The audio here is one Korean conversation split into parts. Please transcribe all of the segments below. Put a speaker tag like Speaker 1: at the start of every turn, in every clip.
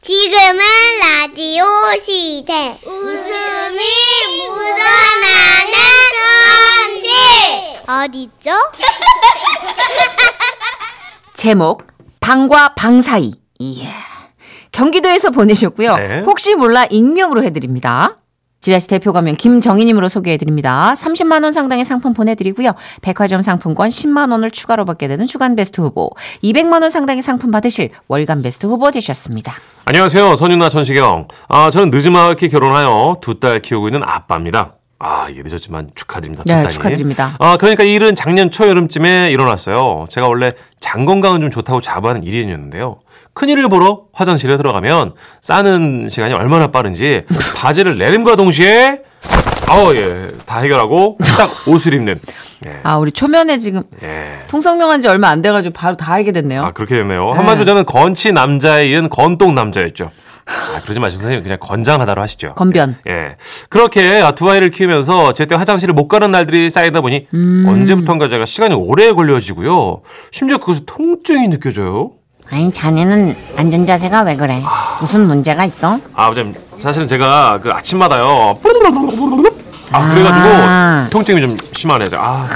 Speaker 1: 지금은 라디오 시대. 웃음이 묻어나는 편지. 어디죠?
Speaker 2: 제목 방과 방사이. 이야. 경기도에서 보내셨고요.
Speaker 3: 네.
Speaker 2: 혹시 몰라 익명으로 해드립니다. 지라시 대표 가면 김정희님으로 소개해드립니다. 30만 원 상당의 상품 보내드리고요. 백화점 상품권 10만 원을 추가로 받게 되는 주간 베스트 후보, 200만 원 상당의 상품 받으실 월간 베스트 후보 되셨습니다.
Speaker 3: 안녕하세요. 선윤아 천시경. 아, 저는 늦지막히 결혼하여 두 딸 키우고 있는 아빠입니다. 아, 이게 늦었지만 축하드립니다. 두
Speaker 2: 네,
Speaker 3: 딸이.
Speaker 2: 축하드립니다.
Speaker 3: 아, 그러니까 이 일은 작년 초여름쯤에 일어났어요. 제가 원래 장 건강은 좀 좋다고 자부하는 일인이었는데요. 큰일을 보러 화장실에 들어가면 싸는 시간이 얼마나 빠른지 바지를 내림과 동시에 아우 예, 다 해결하고 딱 옷을 입는. 예,
Speaker 2: 아 우리 초면에 지금
Speaker 3: 예.
Speaker 2: 통성명한 지 얼마 안 돼가지고 바로 다 알게 됐네요.
Speaker 3: 아 그렇게 됐네요. 한마디로 저는 건치 남자에 이은 건똥 남자였죠. 아, 그러지 마시고 선생님 그냥 건장하다로 하시죠.
Speaker 2: 건변.
Speaker 3: 예. 그렇게 아, 두 아이를 키우면서 제때 화장실을 못 가는 날들이 쌓이다 보니 언제부턴가 제가 시간이 오래 걸려지고요. 심지어 그것에 통증이 느껴져요.
Speaker 4: 아니 자네는 앉은 자세가 왜 그래? 무슨 문제가 있어?
Speaker 3: 아, 아버님 사실은 제가 그 아침마다요. 아, 그래가지고
Speaker 4: 아.
Speaker 3: 통증이 좀 심하네요. 아,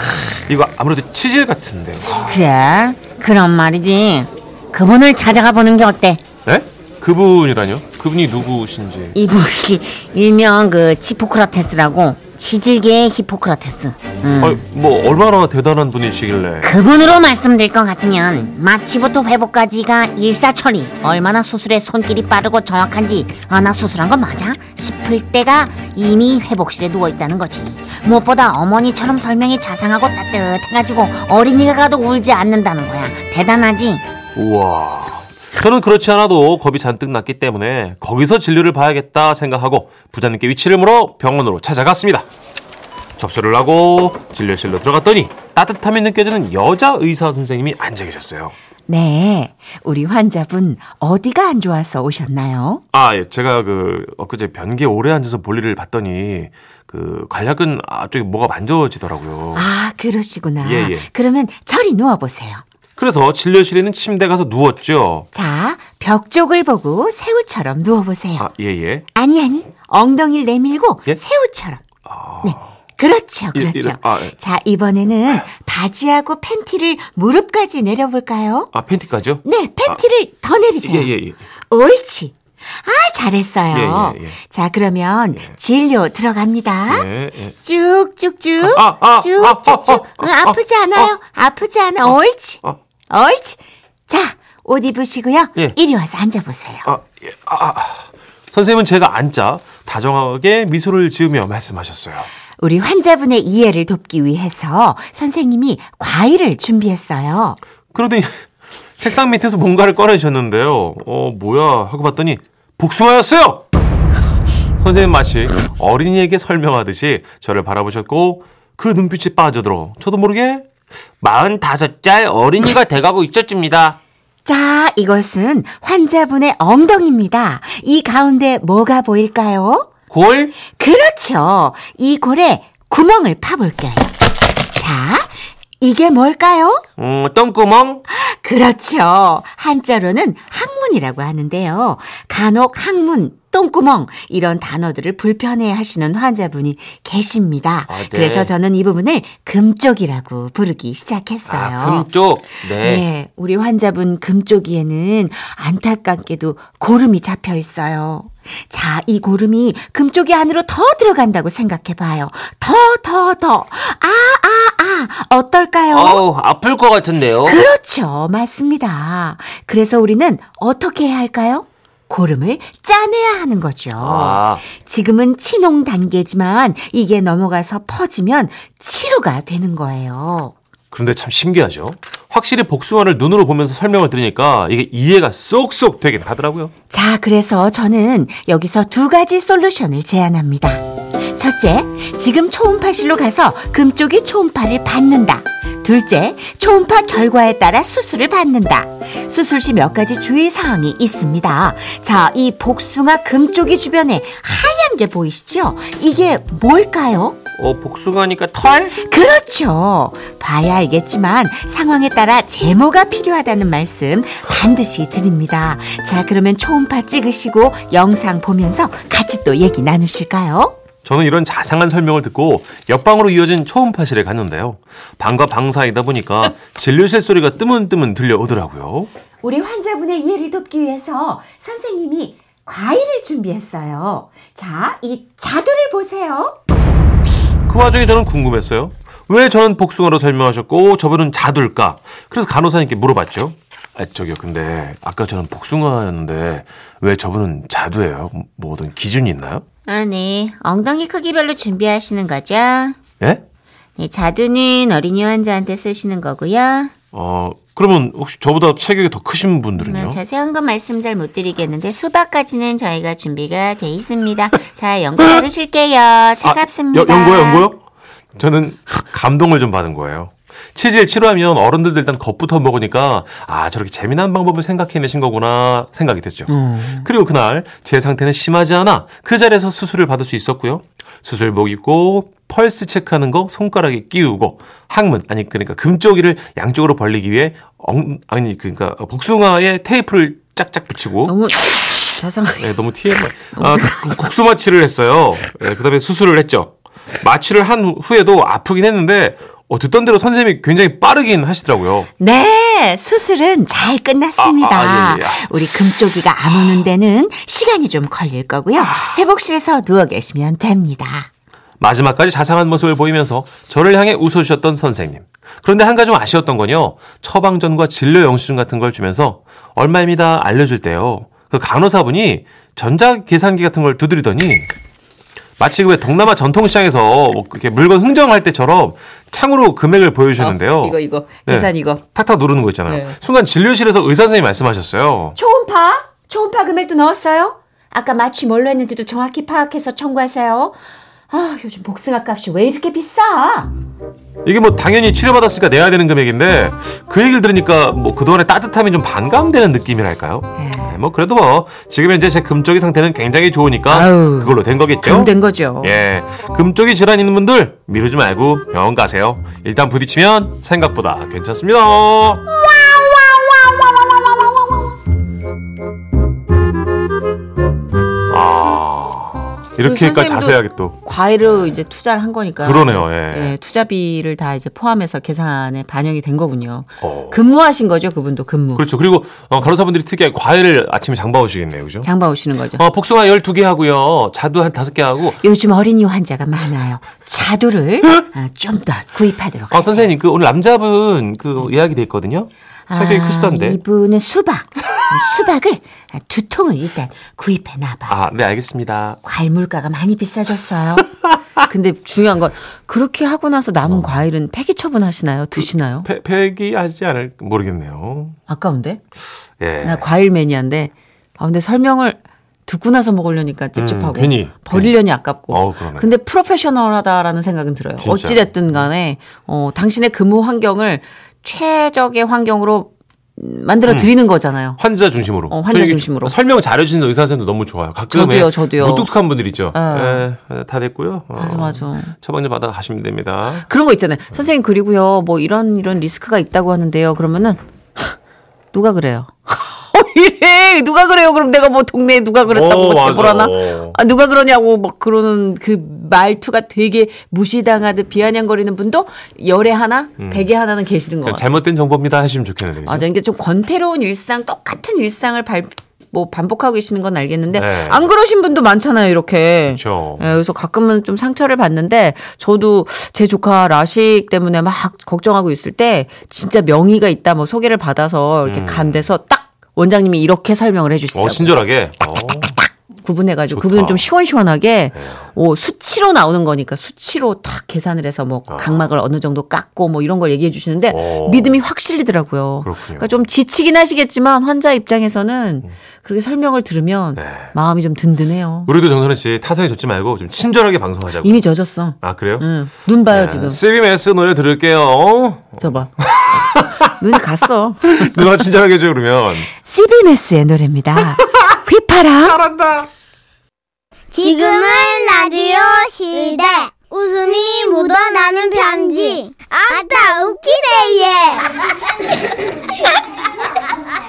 Speaker 3: 이거 아무래도 치질 같은데.
Speaker 4: 그래? 그런 말이지. 그분을 찾아가 보는 게 어때?
Speaker 3: 네? 그분이라뇨? 그분이 누구신지.
Speaker 4: 이분이 일명 그 치포크라테스라고 치질계의 히포크라테스. 음.
Speaker 3: 아니, 뭐 얼마나 대단한 분이시길래.
Speaker 4: 그분으로 말씀드릴 것 같으면 마취부터 회복까지가 일사천리 얼마나 수술의 손길이 빠르고 정확한지 아 나 수술한 거 맞아? 싶을 때가 이미 회복실에 누워있다는 거지 무엇보다 어머니처럼 설명이 자상하고 따뜻해가지고 어린이가 가도 울지 않는다는 거야 대단하지?
Speaker 3: 우와. 저는 그렇지 않아도 겁이 잔뜩 났기 때문에 거기서 진료를 봐야겠다 생각하고 부자님께 위치를 물어 병원으로 찾아갔습니다. 접수를 하고 진료실로 들어갔더니 따뜻함이 느껴지는 여자 의사 선생님이 앉아 계셨어요.
Speaker 2: 네, 우리 환자분 어디가 안 좋아서 오셨나요?
Speaker 3: 아, 예. 제가 그 엊그제 변기에 오래 앉아서 볼일을 봤더니 그 관략근 앞쪽에 뭐가 만져지더라고요.
Speaker 2: 아, 그러시구나.
Speaker 3: 예, 예.
Speaker 2: 그러면 저리 누워보세요.
Speaker 3: 그래서 진료실에 있는 침대 가서 누웠죠.
Speaker 2: 자, 벽 쪽을 보고 새우처럼 누워보세요.
Speaker 3: 아, 예, 예.
Speaker 2: 아. 니 아니, 엉덩이를 내밀고
Speaker 3: 예?
Speaker 2: 새우처럼. 네, 그렇죠,
Speaker 3: 예,
Speaker 2: 그렇죠.
Speaker 3: 이런- 아, 예.
Speaker 2: 자, 이번에는 바지하고 팬티를 무릎까지 내려볼까요?
Speaker 3: 아, 팬티까지요?
Speaker 2: 네, 팬티를 더
Speaker 3: 예,
Speaker 2: 내리세요.
Speaker 3: 예, 예.
Speaker 2: 옳지. 아, 잘했어요.
Speaker 3: 예, 예, 예.
Speaker 2: 자, 그러면 진료 들어갑니다.
Speaker 3: 예, 예.
Speaker 2: 쭉쭉쭉.
Speaker 3: 아, 아, 아,
Speaker 2: 쭉쭉쭉.
Speaker 3: 아, 아,
Speaker 2: 응,
Speaker 3: 아,
Speaker 2: 아프지 않아요. 아프지 않아. 옳지.
Speaker 3: 아.
Speaker 2: 옳지. 자, 옷 입으시고요.
Speaker 3: 예.
Speaker 2: 이리 와서 앉아보세요.
Speaker 3: 아, 예, 아, 아. 선생님은 제가 앉자 다정하게 미소를 지으며 말씀하셨어요.
Speaker 2: 우리 환자분의 이해를 돕기 위해서 선생님이 과일을 준비했어요.
Speaker 3: 그러더니 책상 밑에서 뭔가를 꺼내셨는데요. 어, 뭐야 하고 봤더니 복숭아였어요. 선생님 마치 어린이에게 설명하듯이 저를 바라보셨고 그 눈빛이 빠져들어 저도 모르게 45짤 어린이가 돼가고 있었습니다.
Speaker 2: 자, 이것은 환자분의 엉덩이입니다. 이 가운데 뭐가 보일까요?
Speaker 3: 골?
Speaker 2: 그렇죠. 이 골에 구멍을 파볼게요. 자, 이게 뭘까요?
Speaker 3: 음, 똥구멍?
Speaker 2: 그렇죠. 한자로는 항문이라고 하는데요. 간혹 항문, 똥구멍 이런 단어들을 불편해 하시는 환자분이 계십니다.
Speaker 3: 아, 네.
Speaker 2: 그래서 저는 이 부분을 금쪽이라고 부르기 시작했어요.
Speaker 3: 아, 금쪽.
Speaker 2: 네, 우리 환자분 금쪽이에는 안타깝게도 고름이 잡혀 있어요. 자, 이 고름이 금쪽이 안으로 더 들어간다고 생각해 봐요. 더, 더, 더. 아, 아, 아. 어떨까요?
Speaker 3: 아플 것 같은데요.
Speaker 2: 그렇죠. 맞습니다. 그래서 우리는 어떻게 해야 할까요? 고름을 짜내야 하는 거죠.
Speaker 3: 아.
Speaker 2: 지금은 치농 단계지만 이게 넘어가서 퍼지면 치료가 되는 거예요.
Speaker 3: 그런데 참 신기하죠. 확실히 복숭아를 눈으로 보면서 설명을 들으니까 이게 이해가 쏙쏙 되긴 하더라고요.
Speaker 2: 자, 그래서 저는 여기서 두 가지 솔루션을 제안합니다. 첫째, 지금 초음파실로 가서 금쪽이 초음파를 받는다. 둘째, 초음파 결과에 따라 수술을 받는다. 수술 시 몇 가지 주의 사항이 있습니다. 자, 이 복숭아 금쪽이 주변에 하얀 게 보이시죠? 이게 뭘까요?
Speaker 3: 어, 복숭아니까 털?
Speaker 5: 그렇죠. 봐야 알겠지만 상황에 따라 제모가 필요하다는 말씀 반드시 드립니다. 자, 그러면 초음파 찍으시고 영상 보면서 같이 또 얘기 나누실까요?
Speaker 3: 저는 이런 자상한 설명을 듣고 옆방으로 이어진 초음파실에 갔는데요. 방과 방 사이다 보니까 진료실 소리가 뜨문뜨문 들려오더라고요.
Speaker 5: 우리 환자분의 이해를 돕기 위해서 선생님이 과일을 준비했어요. 자, 이 자두를 보세요.
Speaker 3: 그 와중에 저는 궁금했어요. 왜 저는 복숭아로 설명하셨고 저분은 자둘까? 그래서 간호사님께 물어봤죠. 아, 저기요. 근데 아까 저는 복숭아였는데 왜 저분은 자두예요? 뭐 어떤 기준이 있나요?
Speaker 4: 아, 네. 엉덩이 크기별로 준비하시는 거죠?
Speaker 3: 예?
Speaker 4: 네, 자두는 어린이 환자한테 쓰시는 거고요.
Speaker 3: 어, 그러면 혹시 저보다 체격이 더 크신 분들은요?
Speaker 4: 음, 자세한 건 말씀 잘 못 드리겠는데 수박까지는 저희가 준비가 돼 있습니다. 자, 연구 들으실게요. 차갑습니다.
Speaker 3: 아, 여- 연고요, 연고요? 저는 감동을 좀 받은 거예요. 치질 치료하면 어른들도 일단 겉부터 먹으니까 아 저렇게 재미난 방법을 생각해내신 거구나 생각이 됐죠. 그리고 그날 제 상태는 심하지 않아 그 자리에서 수술을 받을 수 있었고요. 수술복 입고 펄스 체크하는 거 손가락에 끼우고 항문 아니 그러니까 금쪽이를 양쪽으로 벌리기 위해 엉 아니 그러니까 복숭아에 테이프를 짝짝 붙이고
Speaker 5: 너무 자상하게.
Speaker 3: 네, 너무 TMI. 아, 국- 국수 마취를 했어요. 예, 그다음에 수술을 했죠. 마취를 한 후에도 아프긴 했는데 어, 듣던 대로 선생님이 굉장히 빠르긴 하시더라고요.
Speaker 5: 네, 수술은 잘 끝났습니다.
Speaker 3: 아, 아, 예, 예.
Speaker 5: 우리 금쪽이가 안 오는 데는 시간이 좀 걸릴 거고요.
Speaker 3: 아.
Speaker 5: 회복실에서 누워 계시면 됩니다.
Speaker 3: 마지막까지 자상한 모습을 보이면서 저를 향해 웃어주셨던 선생님. 그런데 한 가지 좀 아쉬웠던 건요. 처방전과 진료 영수증 같은 걸 주면서 얼마입니다 알려줄 때요. 그 간호사분이 전자 계산기 같은 걸 두드리더니 마치 그왜 동남아 전통시장에서 뭐 이렇게 물건 흥정할 때처럼 창으로 금액을 보여주셨는데요.
Speaker 2: 어, 이거 이거
Speaker 3: 네.
Speaker 2: 계산 이거
Speaker 3: 탁탁 누르는 거 있잖아요.
Speaker 2: 네.
Speaker 3: 순간 진료실에서 의사 선생님이 말씀하셨어요.
Speaker 2: 초음파 초음파 금액도 넣었어요? 아까 마취 뭘로 했는지도 정확히 파악해서 청구하세요. 아 요즘 복숭아 값이 왜 이렇게 비싸?
Speaker 3: 이게 뭐 당연히 치료받았으니까 내야 되는 금액인데 그 얘기를 들으니까 뭐 그동안의 따뜻함이 좀 반감되는 느낌이랄까요? 네, 뭐 그래도 뭐 지금 현재 제 금쪽이 상태는 굉장히 좋으니까
Speaker 2: 아유,
Speaker 3: 그걸로 된 거겠죠?
Speaker 2: 금 된 거죠.
Speaker 3: 예. 금쪽이 질환 있는 분들 미루지 말고 병원 가세요. 일단 부딪히면 생각보다 괜찮습니다. 아, 이렇게까지
Speaker 2: 선생님도-
Speaker 3: 자세하게 또.
Speaker 2: 과일로 이제 투자를 한 거니까.
Speaker 3: 그러네요, 예.
Speaker 2: 예, 투자비를 다 이제 포함해서 계산에 반영이 된 거군요.
Speaker 3: 어.
Speaker 2: 근무하신 거죠, 그분도 근무.
Speaker 3: 그렇죠. 그리고 어, 간호사분들이 특이하게 과일을 아침에 장봐 오시겠네요. 그죠?
Speaker 2: 장봐 오시는 거죠.
Speaker 3: 어, 복숭아 12개 하고요. 자두 한 5개 하고.
Speaker 5: 요즘 어린이 환자가 많아요. 자두를
Speaker 2: 아,
Speaker 5: 좀 더 구입하도록
Speaker 3: 아,
Speaker 5: 하세요.
Speaker 3: 선생님, 그 오늘 남자분 그
Speaker 2: 네.
Speaker 3: 예약이 돼 있거든요. 체격이
Speaker 2: 아,
Speaker 3: 크시던데.
Speaker 5: 이분은 수박, 수박을 두 통을 일단 구입해놔봐.
Speaker 3: 아, 네, 알겠습니다.
Speaker 5: 과일 물가가 많이 비싸졌어요.
Speaker 2: 근데 중요한 건 그렇게 하고 나서
Speaker 3: 어.
Speaker 2: 남은 과일은 폐기 처분하시나요? 드시나요?
Speaker 3: 폐, 폐기하지 않을, 모르겠네요.
Speaker 2: 아까운데?
Speaker 3: 예.
Speaker 2: 나 과일 매니아인데 아 근데 설명을 듣고 나서 먹으려니까 찝찝하고
Speaker 3: 음, 괜히,
Speaker 2: 버리려니 아깝고
Speaker 3: 어우, 그러네.
Speaker 2: 근데 프로페셔널하다라는 생각은 들어요
Speaker 3: 진짜.
Speaker 2: 어찌됐든 간에 어 당신의 근무 환경을 최적의 환경으로 만들어
Speaker 3: 음.
Speaker 2: 드리는 거잖아요
Speaker 3: 환자 중심으로.
Speaker 2: 어, 환자
Speaker 3: 저희
Speaker 2: 중심으로.
Speaker 3: 설명 잘해주시는 의사 선생님도 너무 좋아요. 가끔
Speaker 2: 저도요, 저도요.
Speaker 3: 무뚝뚝한 분들 있죠.
Speaker 2: 아.
Speaker 3: 예, 다 됐고요. 어,
Speaker 2: 맞아 맞아
Speaker 3: 처방전 받아 가시면 됩니다.
Speaker 2: 그런 거 있잖아요 선생님 그리고요 뭐 이런 이런 리스크가 있다고 하는데요 그러면은 누가 그래요 어, 이래 누가 그래요 그럼 내가 뭐 동네에 누가 그랬다고
Speaker 3: 어,
Speaker 2: 뭐
Speaker 3: 맞아.
Speaker 2: 제보하나
Speaker 3: 어.
Speaker 2: 아, 누가 그러냐고 막 그러는 그 말투가 되게 무시당하듯 비아냥거리는 분도 열에 하나, 백에 하나는 계시는 것
Speaker 3: 음. 그러니까
Speaker 2: 같아요.
Speaker 3: 잘못된 정보입니다 하시면 좋겠는데. 그죠?
Speaker 2: 맞아. 네. 이게 좀 권태로운 일상, 똑같은 일상을 발, 뭐 반복하고 계시는 건 알겠는데
Speaker 3: 네.
Speaker 2: 안 그러신 분도 많잖아요, 이렇게.
Speaker 3: 그렇죠.
Speaker 2: 예, 그래서 가끔은 좀 상처를 받는데 저도 제 조카 라식 때문에 막 걱정하고 있을 때 진짜 명의가 있다 뭐 소개를 받아서
Speaker 3: 음.
Speaker 2: 이렇게 감돼서 딱 원장님이 이렇게 설명을
Speaker 3: 어,
Speaker 2: 해주시더라고요.
Speaker 3: 친절하게. 어.
Speaker 2: 구분해가지고
Speaker 3: 좋다. 네.
Speaker 2: 그분은 좀 시원시원하게 오, 수치로 나오는 거니까 수치로 딱 계산을 해서 뭐 각막을 어느 정도 깎고 뭐 이런 걸 얘기해 주시는데
Speaker 3: 아. 어.
Speaker 2: 믿음이 확 실리더라고요.
Speaker 3: 그렇군요. 음.
Speaker 2: 러니까좀 지치긴 하시겠지만 환자 입장에서는 그렇게 설명을 들으면
Speaker 3: 네.
Speaker 2: 마음이 좀 든든해요.
Speaker 3: 우리도 정선혜 씨 타성에 젖지 말고 좀 친절하게 방송하자고.
Speaker 2: 이미 젖었어.
Speaker 3: 아 그래요?
Speaker 2: 응. 눈
Speaker 3: 네.
Speaker 2: 봐요 지금.
Speaker 3: CBMS 노래 들을게요.
Speaker 2: 저 봐. 눈이 갔어.
Speaker 3: 누나 친절하게 해줘 그러면.
Speaker 5: CBMS의 노래입니다. 휘파람.
Speaker 1: 지금은 라디오 시대. 웃음이 묻어나는 편지. 아따, 웃기네, 얘.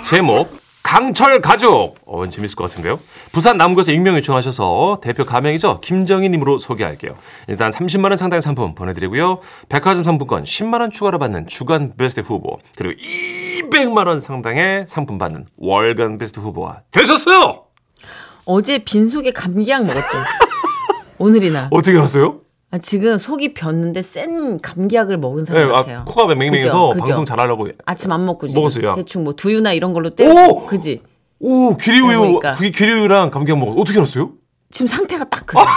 Speaker 3: 제목 강철 가족 어, 왠 재밌을 것 같은데요. 부산 남구에서 익명 요청하셔서 대표 가명이죠. 김정희님으로 소개할게요. 일단 30만 원 상당의 상품 보내드리고요. 백화점 상품권 10만 원 추가로 받는 주간 베스트 후보 그리고 200만 원 상당의 상품 받는 월간 베스트 후보가 되셨어요.
Speaker 2: 어제 빈속에 감기약 먹었죠. 오늘이나.
Speaker 3: 어떻게 알았어요?
Speaker 2: 아, 지금 속이 변는데 센 감기약을 먹은
Speaker 3: 네,
Speaker 2: 사람 같아요.
Speaker 3: 아, 코가 맹맹해서
Speaker 2: 그죠, 그죠.
Speaker 3: 방송 잘하려고
Speaker 2: 아침 안 먹고 지금
Speaker 3: 먹었어요, 야.
Speaker 2: 대충 뭐 두유나 이런 걸로 때우고 그지?
Speaker 3: 오 귀리우유
Speaker 2: 그러니까.
Speaker 3: 귀- 귀리우유랑 감기약 먹어 어떻게 알았어요?
Speaker 2: 지금 상태가 딱 그래.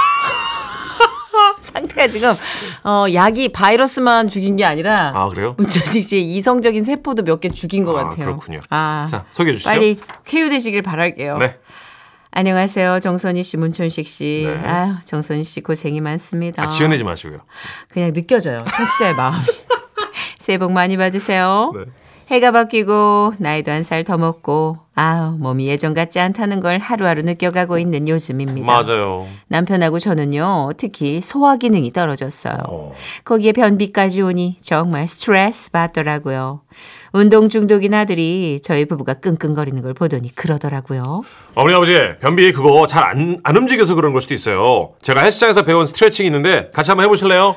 Speaker 2: 상태가 지금 어 약이 바이러스만 죽인 게 아니라
Speaker 3: 아 그래요?
Speaker 2: 문천식 씨의 이성적인 세포도 몇 개 죽인 것
Speaker 3: 아,
Speaker 2: 같아요.
Speaker 3: 그렇군요.
Speaker 2: 아,
Speaker 3: 자 소개해 주시죠.
Speaker 2: 빨리 쾌유되시길 바랄게요.
Speaker 3: 네.
Speaker 2: 안녕하세요, 정선희 씨, 문천식 씨.
Speaker 3: 네.
Speaker 2: 아유, 정선희 씨 고생이 많습니다.
Speaker 3: 아, 지어내지 마시고요.
Speaker 2: 그냥 느껴져요. 청취자의 마음이. 새해 복 많이 받으세요.
Speaker 3: 네.
Speaker 2: 해가 바뀌고 나이도 한 살 더 먹고 아우 몸이 예전 같지 않다는 걸 하루하루 느껴가고 있는 요즘입니다.
Speaker 3: 맞아요.
Speaker 2: 남편하고 저는요 특히 소화 기능이 떨어졌어요. 거기에 변비까지 오니 정말 스트레스 받더라고요. 운동 중독인 아들이 저희 부부가 끙끙거리는 걸 보더니 그러더라고요.
Speaker 3: 어머니 아버지 변비 그거 잘 안 안 움직여서 그런 걸 수도 있어요. 제가 헬스장에서 배운 스트레칭이 있는데 같이 한번 해보실래요?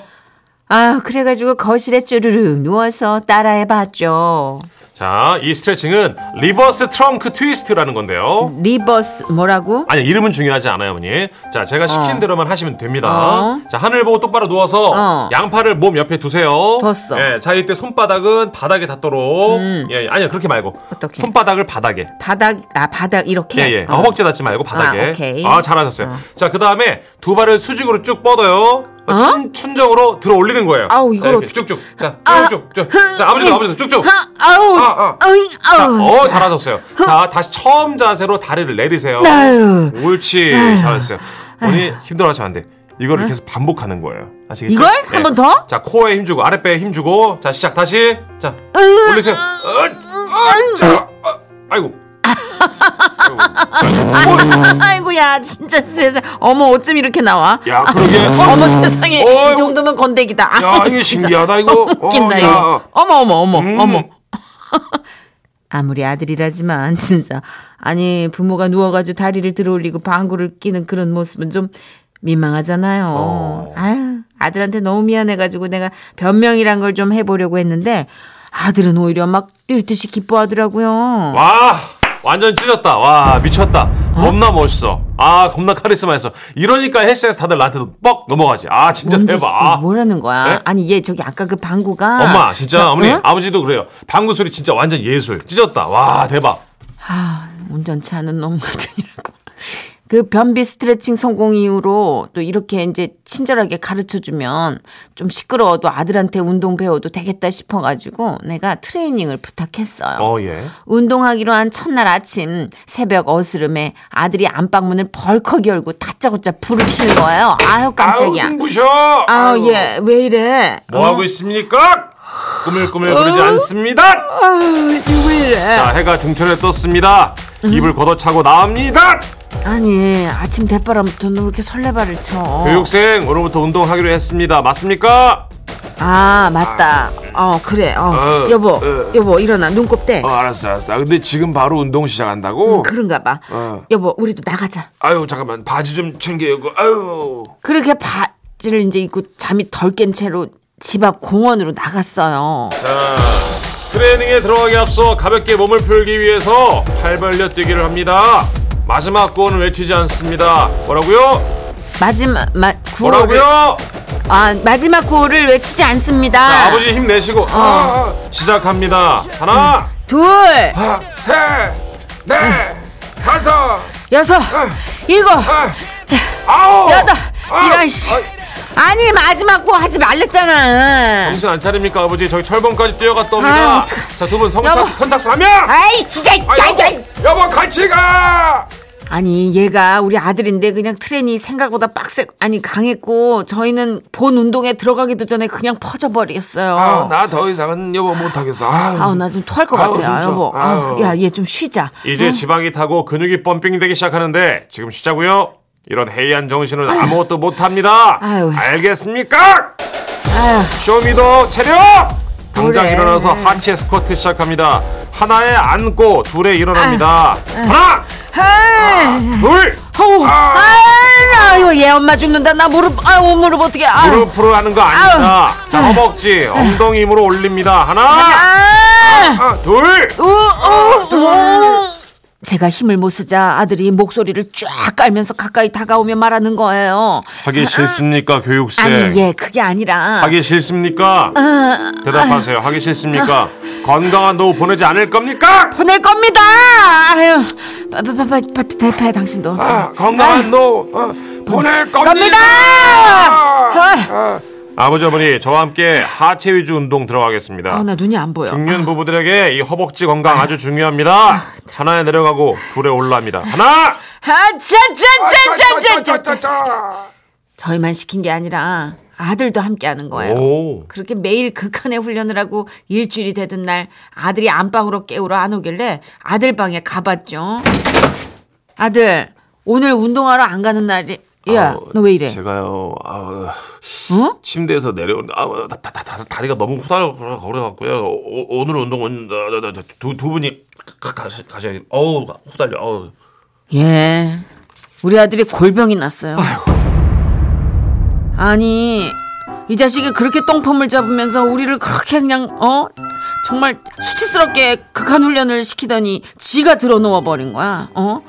Speaker 2: 아 그래가지고 거실에 쭈르륵 누워서 따라해봤죠.
Speaker 3: 자, 이 스트레칭은 리버스 트렁크 트위스트라는 건데요.
Speaker 2: 리버스 뭐라고?
Speaker 3: 아니 이름은 중요하지 않아요, 어머니. 자, 제가 시킨 대로만 하시면 됩니다.
Speaker 2: 어.
Speaker 3: 자, 하늘 보고 똑바로 누워서
Speaker 2: 어.
Speaker 3: 양팔을 몸 옆에 두세요.
Speaker 2: 뒀어. 음.
Speaker 3: 예, 자 이때 손바닥은 바닥에 닿도록. 예, 아니요 그렇게 말고.
Speaker 2: 어떻게?
Speaker 3: 손바닥을 바닥에.
Speaker 2: 바닥 아 바닥 이렇게.
Speaker 3: 예, 예.
Speaker 2: 어.
Speaker 3: 허벅지 닿지 말고 바닥에.
Speaker 2: 아, 오케이.
Speaker 3: 잘하셨어요. 자, 그 다음에 두 발을 수직으로 쭉 뻗어요.
Speaker 2: 어?
Speaker 3: 천, 천정으로 들어 올리는 거예요.
Speaker 2: 아우, 이걸
Speaker 3: 자, 이렇게
Speaker 2: 어떻게-
Speaker 3: 쭉쭉. 자,
Speaker 2: 아.
Speaker 3: 쭉쭉. 쭉. 자, 아버지도, 아버지도 쭉쭉.
Speaker 2: 하, 아우,
Speaker 3: 아, 아.
Speaker 2: 어이,
Speaker 3: 자,
Speaker 2: 아우.
Speaker 3: 어, 잘하셨어요. 자, 다시 처음 자세로 다리를 내리세요.
Speaker 2: 아유.
Speaker 3: 옳지. 잘하셨어요. 오늘 힘들어하시면 안 돼. 이거를 계속 반복하는 거예요. 아시겠죠?
Speaker 2: 이걸? 한번 더?
Speaker 3: 자, 코어에 힘주고, 아랫배에 힘주고. 자, 시작. 다시. 자, 올리세요. 어, 어, 자, 어, 아이고.
Speaker 2: 아이고야, 진짜 세상. 어머, 어쩜 이렇게 나와?
Speaker 3: 야, 그러게. 어,
Speaker 2: 어머 세상에
Speaker 3: 어이구.
Speaker 2: 이 정도면 건데기다.
Speaker 3: 야, 이거 신기하다, 이거. 어,
Speaker 2: 웃긴다
Speaker 3: 야.
Speaker 2: 이거. 어머 어머 어머
Speaker 3: 음.
Speaker 2: 어머. 아무리 아들이라지만 진짜 아니 부모가 누워가지고 다리를 들어올리고 방구를 끼는 그런 모습은 좀 민망하잖아요.
Speaker 3: 어.
Speaker 2: 아유 아들한테 너무 미안해가지고 내가 변명이란 걸 좀 해보려고 했는데 아들은 오히려 막 뛸듯이 기뻐하더라고요.
Speaker 3: 와 완전 찢었다 와 미쳤다 겁나 멋있어 아 겁나 카리스마 있어 이러니까 헬스장에서 다들 나한테 뻑 넘어가지 아 진짜
Speaker 2: 뭔지
Speaker 3: 대박
Speaker 2: 씨-
Speaker 3: 아,
Speaker 2: 뭐라는 거야?
Speaker 3: 네?
Speaker 2: 아니 얘 저기 아까 그 방구가
Speaker 3: 엄마 진짜
Speaker 2: 저-
Speaker 3: 어머니
Speaker 2: 응?
Speaker 3: 아버지도 그래요 방구 소리 진짜 완전 예술 찢었다 와 대박
Speaker 2: 아, 운전치 않은 놈 같으니라고. 그 변비 스트레칭 성공 이후로 또 이렇게 이제 친절하게 가르쳐 주면 좀 시끄러워도 아들한테 운동 배워도 되겠다 싶어 가지고 내가 트레이닝을 부탁했어요.
Speaker 3: 어예
Speaker 2: 운동하기로 한 첫날 아침 새벽 어스름에 아들이 안방문을 벌컥 열고 다짜고짜 불을 켜는 거예요. 아유 깜짝이야.
Speaker 3: 아우 눈부셔
Speaker 2: 아우 예, 왜 이래?
Speaker 3: 뭐 하고 있습니까 꾸물꾸물
Speaker 2: 어?
Speaker 3: 부르지 않습니다
Speaker 2: 아유, 어, 왜 이래?
Speaker 3: 자 해가 중천에 떴습니다 이불 걷어차고 나옵니다
Speaker 2: 아니, 아침 대바람부터 너 이렇게 설레발을 쳐.
Speaker 3: 교육생 오늘부터 운동하기로 했습니다 맞습니까
Speaker 2: 아 맞다. 어 그래. 어,
Speaker 3: 어,
Speaker 2: 여보
Speaker 3: 어.
Speaker 2: 여보 일어나 눈곱대.
Speaker 3: 어 알았어 알았어 근데 지금 바로 운동 시작한다고
Speaker 2: 그런가봐.
Speaker 3: 어.
Speaker 2: 여보 우리도 나가자.
Speaker 3: 아유 잠깐만 바지 좀 챙겨요. 이거. 아유.
Speaker 2: 그렇게 바지를 이제 입고 잠이 덜 깬 채로 집 앞 공원으로 나갔어요.
Speaker 3: 자 트레이닝에 들어가기 앞서 가볍게 몸을 풀기 위해서 팔 벌려 뛰기를 합니다. 마지막 구호는 외치지 않습니다. 뭐라고요?
Speaker 2: 마지막 마, 구호를
Speaker 3: 뭐라고요?
Speaker 2: 아 마지막 구호를 외치지
Speaker 3: 자,
Speaker 2: 않습니다.
Speaker 3: 아버지 힘
Speaker 2: 어.
Speaker 3: 내시고 아, 시작합니다. 하나,
Speaker 2: 둘
Speaker 3: 아,
Speaker 2: 음.
Speaker 3: 셋, 넷, 다섯,
Speaker 2: 여섯
Speaker 3: 어.
Speaker 2: 일곱
Speaker 3: 아, 아홉,
Speaker 2: 여덟
Speaker 3: 아,
Speaker 2: 이런 씨. 아니 마지막 구호 하지 말랬잖아.
Speaker 3: 정신 안 차립니까 아버지? 저희 철봉까지 뛰어갔답니다.
Speaker 2: 아유,
Speaker 3: 자 두 분
Speaker 2: 여보.
Speaker 3: 선착 선착순 한 명.
Speaker 2: 아이 진짜.
Speaker 3: 아, 여보, 여보 같이 가.
Speaker 2: 아니 얘가 우리 아들인데 그냥 트레니 생각보다 빡세 아니 강했고 저희는 본 운동에 들어가기도 전에 그냥 퍼져버렸어요.
Speaker 3: 아, 나 더 이상은 여보 못하겠어. 아우,
Speaker 2: 아우 나 좀 토할 것
Speaker 3: 아우,
Speaker 2: 같아
Speaker 3: 진짜.
Speaker 2: 여보. 어,
Speaker 3: 아우.
Speaker 2: 야얘 좀 쉬자.
Speaker 3: 이제 지방이 타고 근육이 펌핑 되기 시작하는데 지금 쉬자고요. 이런 해이한 정신은 아무것도 못합니다.
Speaker 2: 아유.
Speaker 3: 알겠습니까?
Speaker 2: 아유.
Speaker 3: 쇼미더 체력! 당장
Speaker 2: 뭐래.
Speaker 3: 일어나서 하체 스쿼트 시작합니다. 하나에 앉고 둘에 일어납니다. 하나, 둘,
Speaker 2: 어우,
Speaker 3: 아.
Speaker 2: 아, 아유, 얘 엄마 죽는다. 나 무릎, 아유, 무릎 어떻게, 아유.
Speaker 3: 무릎으로 하는 거 아닙니다. 자 허벅지, 엉덩이 힘으로 올립니다. 하나,
Speaker 2: 아,
Speaker 3: 아, 둘,
Speaker 2: 우, 우, 우. 제가 힘을 못 쓰자 아들이 목소리를 쫙 깔면서 가까이 다가오며 말하는 거예요.
Speaker 3: 하기 싫습니까 교육생?
Speaker 2: 아니, 예, 그게 아니라. 아.
Speaker 3: 하기 싫습니까? 대답하세요. 하기 싫습니까? 건강한 노후 보내지 않을 겁니까?
Speaker 2: 보낼 겁니다! 아유, 빠, 빠, 빠, 빠, 빠, 대파야, 당신도.
Speaker 3: 아, 건강한 노후 어, 보낼 겁니다.
Speaker 2: 갑니다!
Speaker 3: 아,
Speaker 2: 어, 아.
Speaker 3: 아버지 어머니 저와 함께 하체 위주 운동 들어가겠습니다.
Speaker 2: 아, 네. 나 눈이 안 보여.
Speaker 3: 중년 부부들에게 이 허벅지 건강 아주 중요합니다. 하나에 내려가고 둘에 올라합니다. 하나,
Speaker 2: 아, 짜, 짜, 짜, 짜, 짜, 짜. 저희만 시킨 게 아니라 아들도 함께 하는 거예요.
Speaker 3: 오.
Speaker 2: 그렇게 매일 극한의 훈련을 하고 일주일이 되던 날 아들이 안방으로 깨우러 안 오길래 아들 방에 가봤죠. 아들, 오늘 운동하러 안 가는 날이, 야,
Speaker 3: 아우,
Speaker 2: 너 왜 이래?
Speaker 3: 제가요. 아우,
Speaker 2: 어?
Speaker 3: 침대에서 내려온 아, 다, 다, 다, 다리가 너무 후달거려갖고요. 오늘 운동은 아, 나- 나- 나- 두, 두 분이 가, 가, 가셔야 어우 후달려. 어우.
Speaker 2: 예. 우리 아들이 골병이 났어요. 아니이 자식이 그렇게 똥폼을 잡으면서 우리를 그렇게 그냥, 어? 정말 수치스럽게 극한 훈련을 시키더니 지가 들어 누워버린 거야, 어?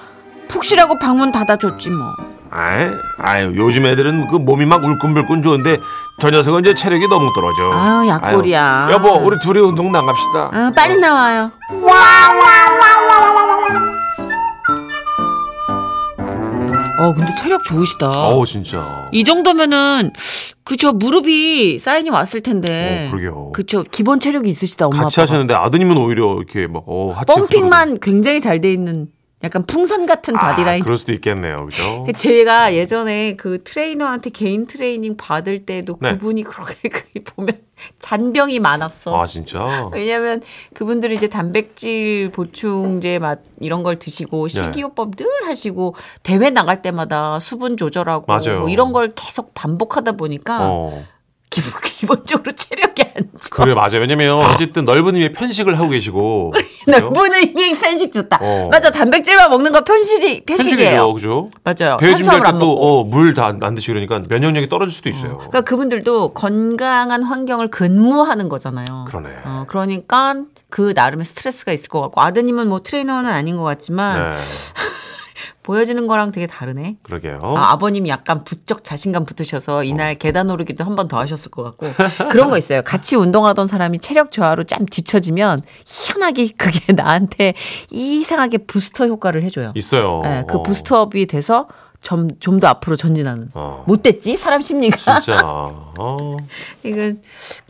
Speaker 2: 푹 쉬라고 방문 닫아줬지, 뭐.
Speaker 3: 아이, 아유 요즘 애들은 그 몸이 막 울끈불끈 좋은데 저 녀석은 이제 체력이 너무 떨어져.
Speaker 2: 아유, 약골이야.
Speaker 3: 아유, 여보 우리 둘이 운동 나갑시다.
Speaker 2: 아, 빨리 나와요. 어, 근데 체력 좋으시다.
Speaker 3: 어우 진짜.
Speaker 2: 이 정도면은 그저 무릎이 사인이 왔을 텐데.
Speaker 3: 어, 그러게요.
Speaker 2: 예. 그쵸 기본 체력이 있으시다 엄마
Speaker 3: 같이
Speaker 2: 아빠가.
Speaker 3: 하셨는데 아드님은 오히려 이렇게 막 어, 하체
Speaker 2: 펌핑만 굉장히 잘 돼 있는 약간 풍선 같은
Speaker 3: 아,
Speaker 2: 바디라인.
Speaker 3: 그럴 수도 있겠네요. 그죠?
Speaker 2: 그 제가 예전에 그 트레이너한테 개인 트레이닝 받을 때도
Speaker 3: 네.
Speaker 2: 그분이 그렇게 그 보면 잔병이 많았어.
Speaker 3: 아 진짜.
Speaker 2: 왜냐면 그분들이 이제 단백질 보충제 맛 이런 걸 드시고
Speaker 3: 네.
Speaker 2: 식이요법 늘 하시고 대회 나갈 때마다 수분 조절하고
Speaker 3: 맞아요.
Speaker 2: 뭐 이런 걸 계속 반복하다 보니까
Speaker 3: 어.
Speaker 2: 기본, 기본적으로 체력이 안 좋아.
Speaker 3: 그래 맞아요. 왜냐면 어쨌든 넓은 의미의 편식을 하고 계시고 그죠?
Speaker 2: 넓은 의미 편식 좋다.
Speaker 3: 어.
Speaker 2: 맞아 단백질만 먹는 건 편식이
Speaker 3: 편식이죠,
Speaker 2: 편식이에요.
Speaker 3: 그죠?
Speaker 2: 맞아요.
Speaker 3: 대회 준비할
Speaker 2: 탄수화물 안 먹고.
Speaker 3: 어, 때또물다안 드시고 그러니까 면역력이 떨어질 수도 있어요.
Speaker 2: 그러니까 그분들도 건강한 환경을 근무하는 거잖아요.
Speaker 3: 그러네.
Speaker 2: 어, 그러니까 그 나름의 스트레스가 있을 것 같고 아드님은 뭐 트레이너는 아닌 것 같지만
Speaker 3: 네,
Speaker 2: 보여지는 거랑 되게 다르네.
Speaker 3: 그러게요.
Speaker 2: 아, 버님이 약간 부쩍 자신감 붙으셔서
Speaker 3: 어.
Speaker 2: 이날 계단 오르기도 한 번 더 하셨을 것 같고 그런 거 있어요. 같이 운동하던 사람이 체력 저하로 짬 뒤처지면 희한하게 그게 나한테 이상하게 부스터 효과를 해줘요.
Speaker 3: 있어요.
Speaker 2: 예,
Speaker 3: 어.
Speaker 2: 그 부스트업이 돼서 좀 좀 더 앞으로 전진하는.
Speaker 3: 어.
Speaker 2: 못됐지 사람 심리가.
Speaker 3: 진짜. 어.
Speaker 2: 이건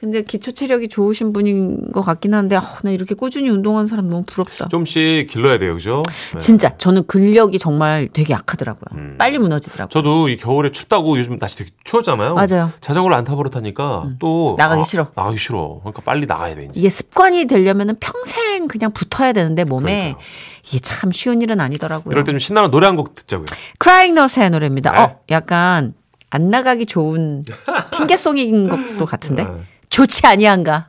Speaker 2: 근데 기초 체력이 좋으신 분인 것 같긴 한데 아, 나 이렇게 꾸준히 운동하는 사람 너무 부럽다.
Speaker 3: 좀씩 길러야 돼요, 그죠? 네. 음.
Speaker 2: 진짜 저는 근력이 정말 되게 약하더라고요. 빨리 무너지더라고요.
Speaker 3: 저도 이 겨울에 춥다고 요즘 날씨 되게 추웠잖아요.
Speaker 2: 맞아요. 음.
Speaker 3: 자전거를 안 타버릇하니까 또
Speaker 2: 나가기
Speaker 3: 아,
Speaker 2: 싫어.
Speaker 3: 나가기 싫어. 그러니까 빨리 나가야 돼 이제.
Speaker 2: 이게 습관이 되려면 평생 그냥 붙어야 되는데 몸에 이게 참 쉬운 일은 아니더라고요.
Speaker 3: 이럴 때 좀 신나는 노래 한 곡 듣자고요.
Speaker 2: 크라잉 너스의 노래입니다.
Speaker 3: 네.
Speaker 2: 어,
Speaker 3: 네.
Speaker 2: 약간 안 나가기 좋은 핑계송인 것도 같은데 좋지 아니한가.